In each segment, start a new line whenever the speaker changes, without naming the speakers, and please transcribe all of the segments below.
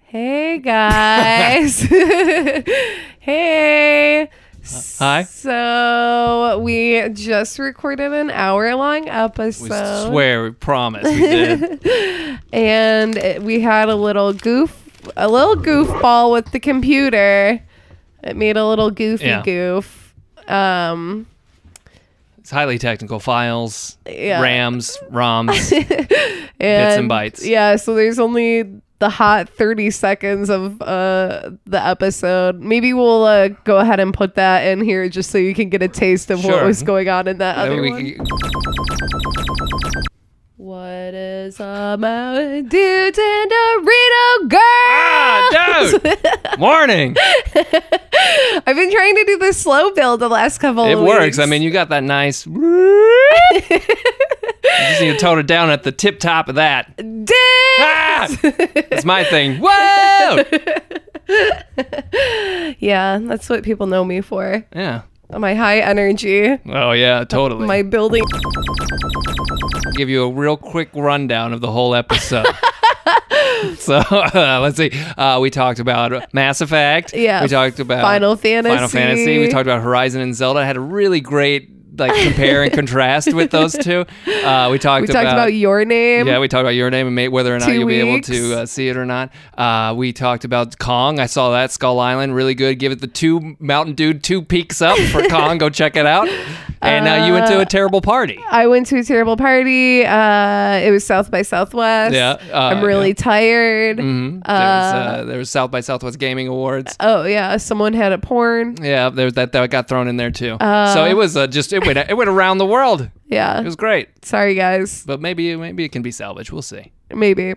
Hey guys. hey.
Uh, hi.
So we just recorded an hour long episode.
We swear, we promise, we did.
and it- we had a little goof a little goofball with the computer it made a little goofy
Yeah.
goof um
It's highly technical files,
Yeah.
RAMs, ROMs.
and
and bytes.
yeah so there's only the hot 30 seconds of uh the episode maybe we'll uh, go ahead and put that in here just so you can get a taste of what
Sure.
was going on in that
Then
other
we
one
can-
what is a mountain dew tenderito girl
ah, dude! Warning!
i've been trying to do this slow build the last couple
It
of
works.
weeks.
I mean, you got that nice. you just need to tone it down at the tip top of that.
Dip!
Ah! It's my thing. Whoa!
Yeah, that's what people know me for.
Yeah.
My high energy,
Oh, yeah, totally.
my building.
give you a real quick rundown of the whole episode. so uh, let's see. Uh, we talked about Mass Effect.
Yeah.
We talked about
Final
Final Fantasy. We
Fantasy.
talked about Horizon and Zelda. I had a really great like compare and contrast with those two. Uh, we talked
We talked about, your name.
yeah, we talked about your name and mate, whether or not
Two
you'll
weeks.
be able to uh, see it or not. Uh, we talked about Kong. I saw that Skull Island, really good. Give it the two Mountain Dew, two peaks up for Kong. Go check it out. And uh, you went to a terrible party.
I went to a terrible party. Uh, it was South by Southwest.
Yeah, uh,
I'm really
yeah.
tired.
Mhm. there, was, uh, there was South by Southwest Gaming Awards.
Oh yeah, someone had a porn.
Yeah, there was that that got thrown in there too. so it was uh, just it went it went around the world.
Yeah.
It was great,
Sorry guys.
but maybe maybe it can be salvaged. We'll see.
Maybe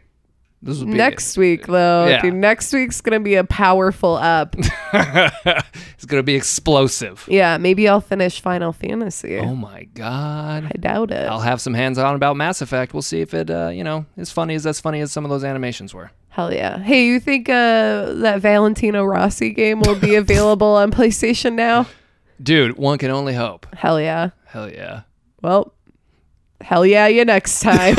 This will be
next week though.
Yeah.
Dude, next week's gonna be a powerful up.
it's gonna be explosive.
yeah. Maybe I'll finish Final Fantasy.
Oh my god.
I doubt it.
I'll have some hands on about Mass Effect. We'll see if it, uh, you know, is funny as as funny as some of those animations were.
Hell yeah. Hey, you think uh, that Valentino Rossi game will be available on PlayStation now?
Dude, one can only hope.
Hell yeah.
Hell yeah.
Well, hell yeah, you next time.